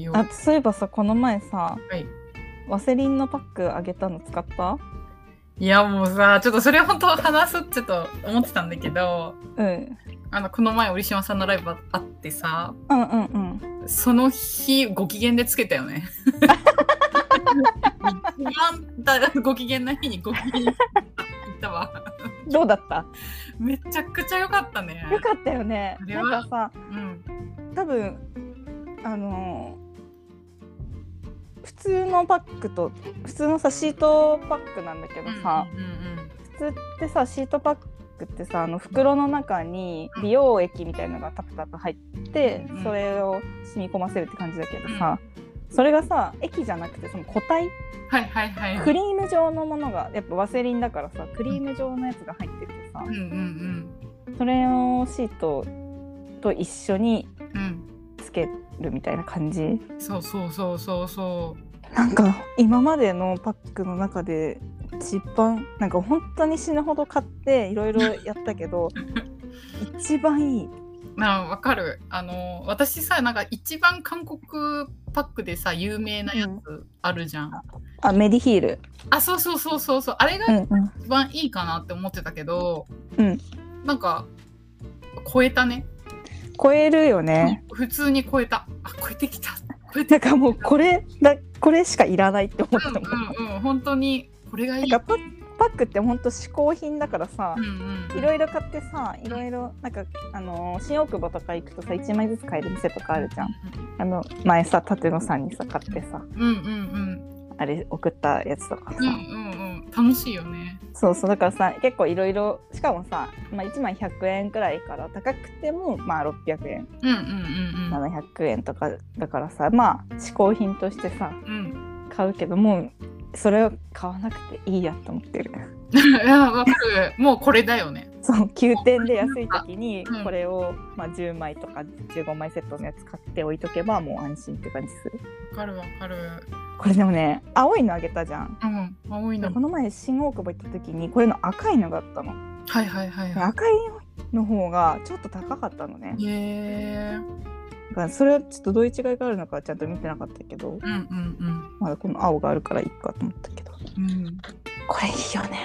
よ。あそういえばさこの前さはいワセリンのパックあげたの使ったいやもうさちょっとそれ本当話そうちょっと思ってたんだけどうんうんあのこの前折島さんのライブああってさうんうんその日ご機嫌でつけたよね。一番だご機嫌な日にご機嫌行ったわ。どうだっためちゃくちゃ良かったね。よかったよねあれなはんかさうん、多分あのー普通のパックと普通のさシートパックなんだけどさ、うんうん普通ってさシートパックってさあの袋の中に美容液みたいのがタプタプ入って、うんそれを染み込ませるって感じだけどさ、それがさ液じゃなくてその固体うんはいはいはい。クリーム状のものがやっぱワセリンだからさクリーム状のやつが入っててさうんうんそれをシートと一緒にうんつけるみたいな感じうん。そうそうそうそうそう。なんか今までのパックの中で一番なんか本当に死ぬほど買っていろいろやったけど一番いいなわかるあの私さなんか一番韓国パックでさ有名なやつあるじゃん、あメディヒールあそうそうそうそうそうあれうんがうん一番いいかなって思ってたけど、うんなんか超えたね超えるよね普通に超えたあ超えてきた超えなてんかもうこれだこれしかいらないって思うったんもん、うんうん本当にこれがいなんいかパパックって本当嗜好品だからさ、うんうんいろいろ買ってさいろいろなんかあのー新大久保とか行くとさ1枚ずつ買える店とかあるじゃんあの前さ舘野さんにさ買ってさうんうんうんあれ送ったやつとかさ、うんうんうん楽しいよねそうそうだからさ結構いろいろしかもさ、まあ、1枚100円くらいから高くてもまあ600円うんうんうん700円とかだからさまあ嗜好品としてさうん 買うけどもうそれを買わなくていいやと思ってるうんいやわかるもうこれだよねそう9点で安い時にうんこれを、まあ、10枚とか15枚セットのやつ買って置いとけばもう安心って感じするわかるわかるこれでもね青いのあげたじゃんうん青いのこの前新大久保行った時にこれの赤いのがあったのはいはいはいは赤いの方がちょっと高かったのねい。へえ。だからそれはちょっとどういう違いがあるのかはちゃんと見てなかったけどうんうんまだこの青があるからいいかと思ったけどうん。うん。これいいよね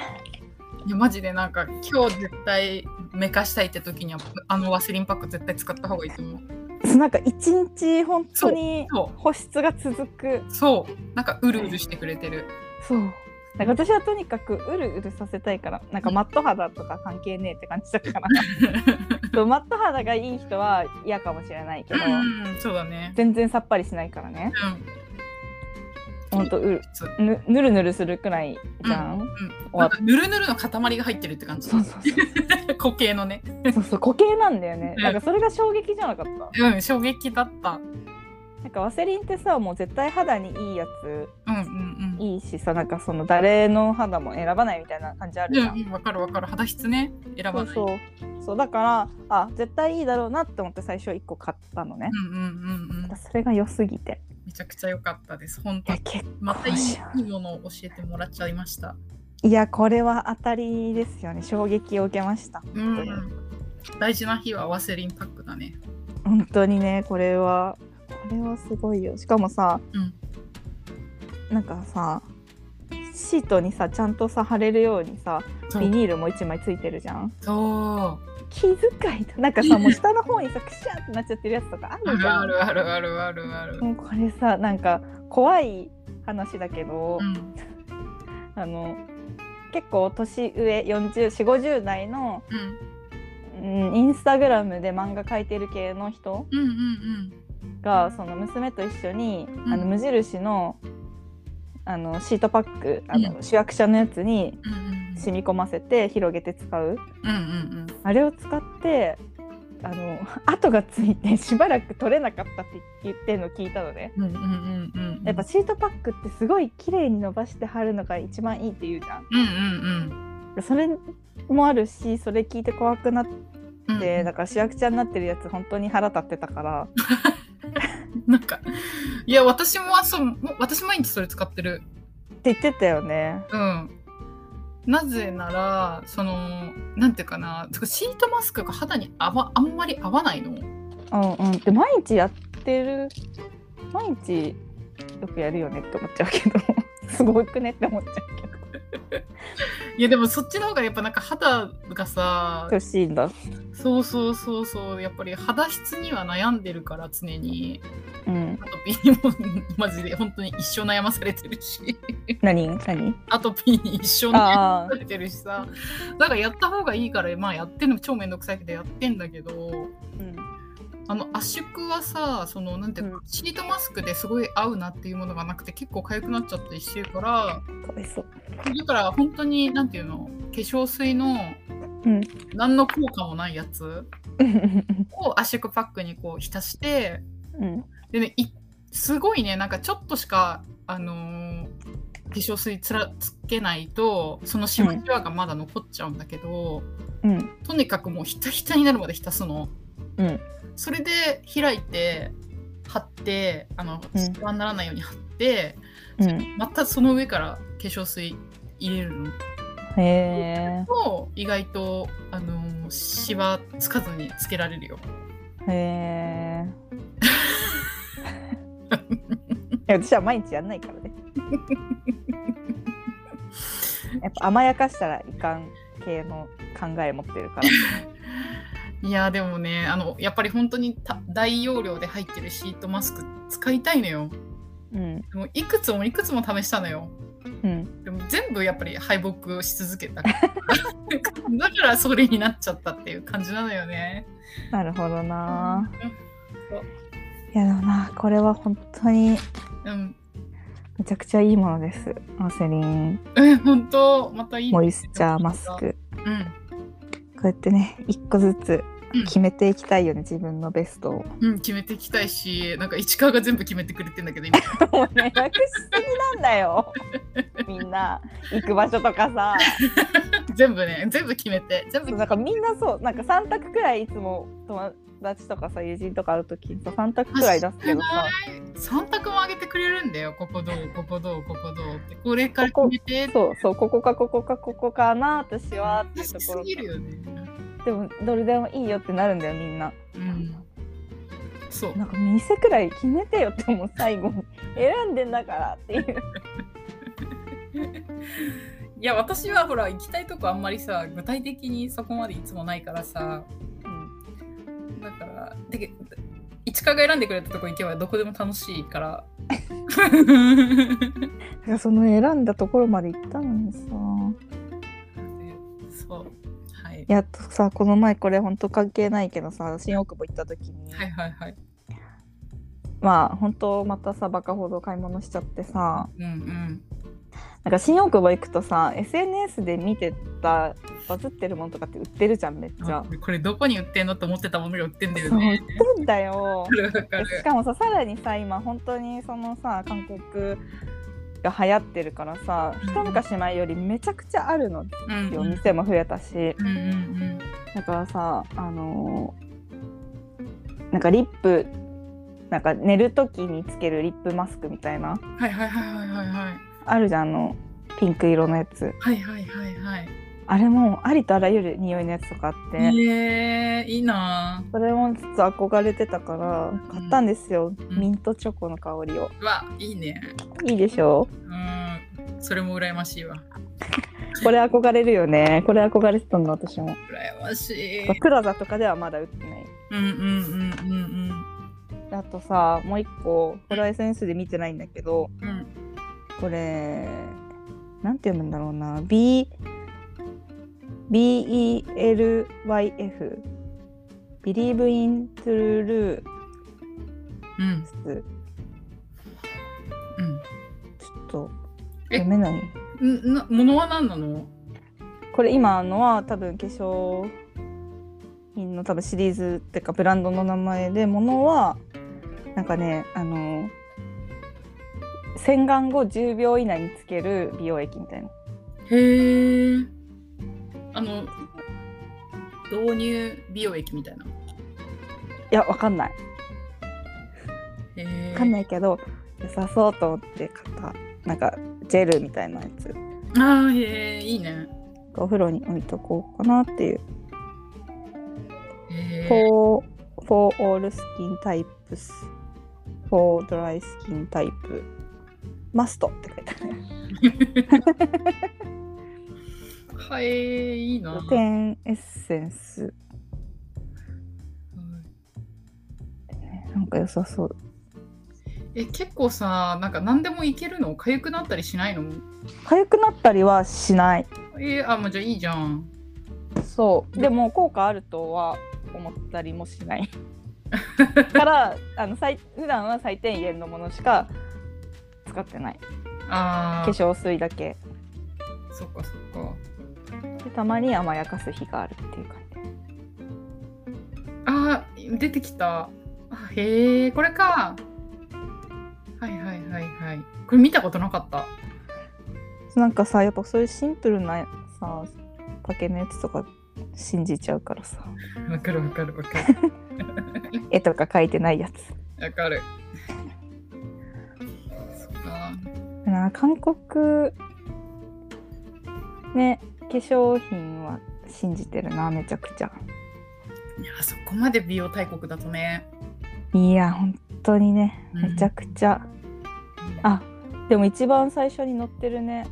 いやマジでなんか今日絶対めかしたいって時にはあのワセリンパック絶対使った方がいいと思う。そうなんか一日本当にそ保湿が続くうそうなんかうるうるしてくれてる。そうなんか私はとにかくうるうるさせたいからなんかマット肌とか関係ねえって感じ だからそうマット肌がいい人は嫌かもしれないけうどんうんそうだね。全然さっぱりしないからねうん。ほんとうるそうぬぬるぬるするくらいじゃん、うん。なんかぬるぬるの塊が入ってるって感じそ。うそうそう固形のね。そうそう固形なんだよねうんなんかそれが衝撃じゃなかったうん衝撃だった。なんかワセリンってさもう絶対肌にいいやつうんうんうん。いいしさなんかその誰の肌も選ばないみたいな感じあるじゃん、うんうんわかるわかる肌質ね選ばない。そうそうそうだからあ絶対いいだろうなって思って最初1個買ったのね、うんうんうんうん。それが良すぎてめちゃくちゃ良かったです本い当やに。結またいしいものを教えてもらっちゃいました。いやこれは当たりですよね衝撃を受けましたう当にん、大事な日はワセリンパックだね。本当にねこれはこれはすごいよしかもさうん。なんかさシートにさちゃんとさ貼れるようにさそビう。ニールも1枚ついてるじゃんそ気遣いだなん かさもう下の方にさクシャーってなっちゃってるやつとかあう。るじゃあんるあるあるあるある。もうこれさなんか怖い話だけど、うん。あの結構年上404050代の、うん。うん、インスタグラムで漫画描いてる系の人うんうんがその娘と一緒に、うんあの無印のあのシートパックあの、う主役者のやつにうん。うんうん染み込ませて広げて使ううんうんあれを使ってあの跡がついてしばらく取れなかったって言ってんの聞いたのね。うんうんうんうんうんやっぱシートパックってすごい綺麗に伸ばして貼るのが一番いいって言うじゃん。うんうんそれもあるしそれ聞いて怖くなっうんて、だから主役ちゃんになってるやつ本当に腹立ってたからなんかいや私もそうもう私毎日それ使ってるって言ってたよね。うんなぜならそのなんていうかなつうかシートマスクが肌にあわあんまり合わないのうんうん、で毎日やってる毎日よくやるよねって思っちゃうけど すごくねって思っちゃうけどいやでもそっちの方がやっぱなんか肌がさ調子いいんだそうそうそうそうやっぱり肌質には悩んでるから常にうんアトピーにもマジで本当に一生悩まされてるし何何アトピーに一生悩まああされてるしさだからやった方がいいからまあやってるの超めんどくさいけどやってんだけどうんあの圧縮はさそのなんていうの、うんシートマスクですごい合うなっていうものがなくて結構痒くなっちゃったりしてるからかわいそう だから本当になんていうの化粧水のうん何の効果もないやつうんを圧縮パックにこう浸してうんでねいすごいねなんかちょっとしかあのー化粧水つらつけないとそのシワシワがまだ残っちゃうんだけど、うんとにかくもうひたひたになるまで浸すのうんそれで開いて貼ってあのうんシワにならないように貼って、うんまたその上から化粧水入れるのへえと意外とあのーシワつかずにつけられるよへえいや私は毎日やんないからねやっぱ甘やかしたらいかん系の考え持ってるからいやーでもねあのやっぱり本当にた大容量で入ってるシートマスク使いたいのようんでもいくつもいくつも試したのようんでも全部やっぱり敗北し続けた だからそれになっちゃったっていう感じなのよねなるほどなそういやでもなこれは本当にうんめちゃくちゃいいものですワセリンうん本当またいいモイスチャーマスクうんこうやってね一個ずつうん決めていきたいよね、自分のベス トをうん、決めていきたいしなんか市川が全部決めてくれてんだけど今もうね楽しすぎなんだ よみんな行く場所とかさ全部ね全部決めて全部なんかみんなそうなんか3択くらいいつも友達とかさ友人とか会う時にさ3択くらい出すけどさ3択も上げてくれるんだよここど うここどうここどうってこれから決ここめてってそうそうここかここかここかな私はっていうと難しこすろぎるよねでもどれでもいいよってなるんだよみんなうんそうなんか店くらい決めてよってもう最後に選んでんだからっていういや私はほら行きたいとこあんまりさ具体的にそこまでいつもないからさうんだからでけ市川が選んでくれたとこ行けばどこでも楽しいからだからその選んだところまで行ったのにさそうはいやっとさこの前これほんと関係ないけどさ新大久保行った時に、はいはいはいまあほんとまたさバカほど買い物しちゃってさうんうんなんか新大久保行くとさ SNS で見てたバズってるものとかって売ってるじゃんめっちあ。ゃこれどこに売ってんのって思ってたものが売ってんだそよう売ね。ってんだよわ。かるわかしる。かもささらにさ今本当にそのさ韓国が流行ってるからさうん一昔前よりめちゃくちゃあるのようんうんうん店も増えたしうんだからさあのーなんかリップなんか寝る時につけるリップマスクみたいなうん。はいはいはいはいはいはい。あるじゃんあのピンク色のやつはいはいはいはい。あれもありとあらゆる匂いのやつとかあって。えー、いいなそれもちょっと憧れてたから買ったんですよ、んミントチョコの香りをぁ。うわ、いいね。いいでしょうん。それも羨ましいわ。うこれ憧れるよねこれ憧れてたんだ私も羨ましい。プラザとかではまだ売ってないうんうんうんうんであとさもう一個これは SNS で見てないんだけどうん。うん。これなんて読むんだろうな B BELYF Believe in Truth うん。うんちょっとえ読めないんな物は何なのこれ今のは多分化粧品の多分シリーズっていうかブランドの名前で物はなんかねあの洗顔後10秒以内につける美容液みたいなへえ。あの、導入美容液みたいな。いやわかんないへ。わかんないいけど良さそうと思って買ったなんかジェルみたいなやつああ、へえ、いいね。お風呂に置いとこうかなっていうへえ。フォーフォーオールスキンタイプス for dry skin type must って書いてあるはい、いいな。露天エッセンスうんなんか良さそうえ、結構さ、なんか何でもいけるの痒くなったりしないの痒くなったりはしないえーあ、もうじゃあいいじゃん。そうでも効果あるとは思ったりもしない からあの最普段は最低限のものしか使ってないあ化あ、粧水だけそっかそっか。でたまに甘やかす日があるっていう感あー出てきた。あへえ、これか。はいはいはいはい。これ見たことなかった。じなんかさやっぱそういうシンプルなさパケのやつとか信じちゃうからさわかるわかるわかる。絵とか書いてないやつわかる。そっか。な韓国ね化粧品は信じてるなめちゃくちゃいや、そこまで美容大国だとね。いや本当にねうんめちゃくちゃ、あでも一番最初に載ってるね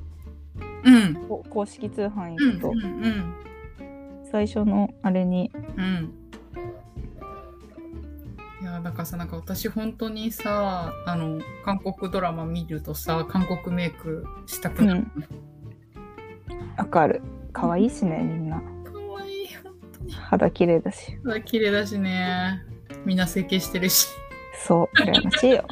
うん。こ公式通うん販行くと、うんうん最初のあれにうん。いやだからさなんか私本当にさあの韓国ドラマ見るとさ韓国メイクしたくなる、わかる可愛いしねみんなかわいい本当に肌綺麗だし肌綺麗だしねみんな整形してるしそう羨まし いよ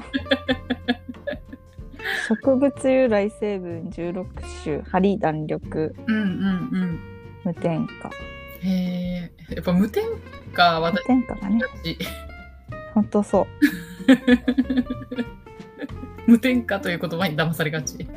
植物由来成分16種ハリ弾力うんうん無添加うんへえやっぱ無添加無私添加がねたちほんとそう無添加という言葉に騙されがち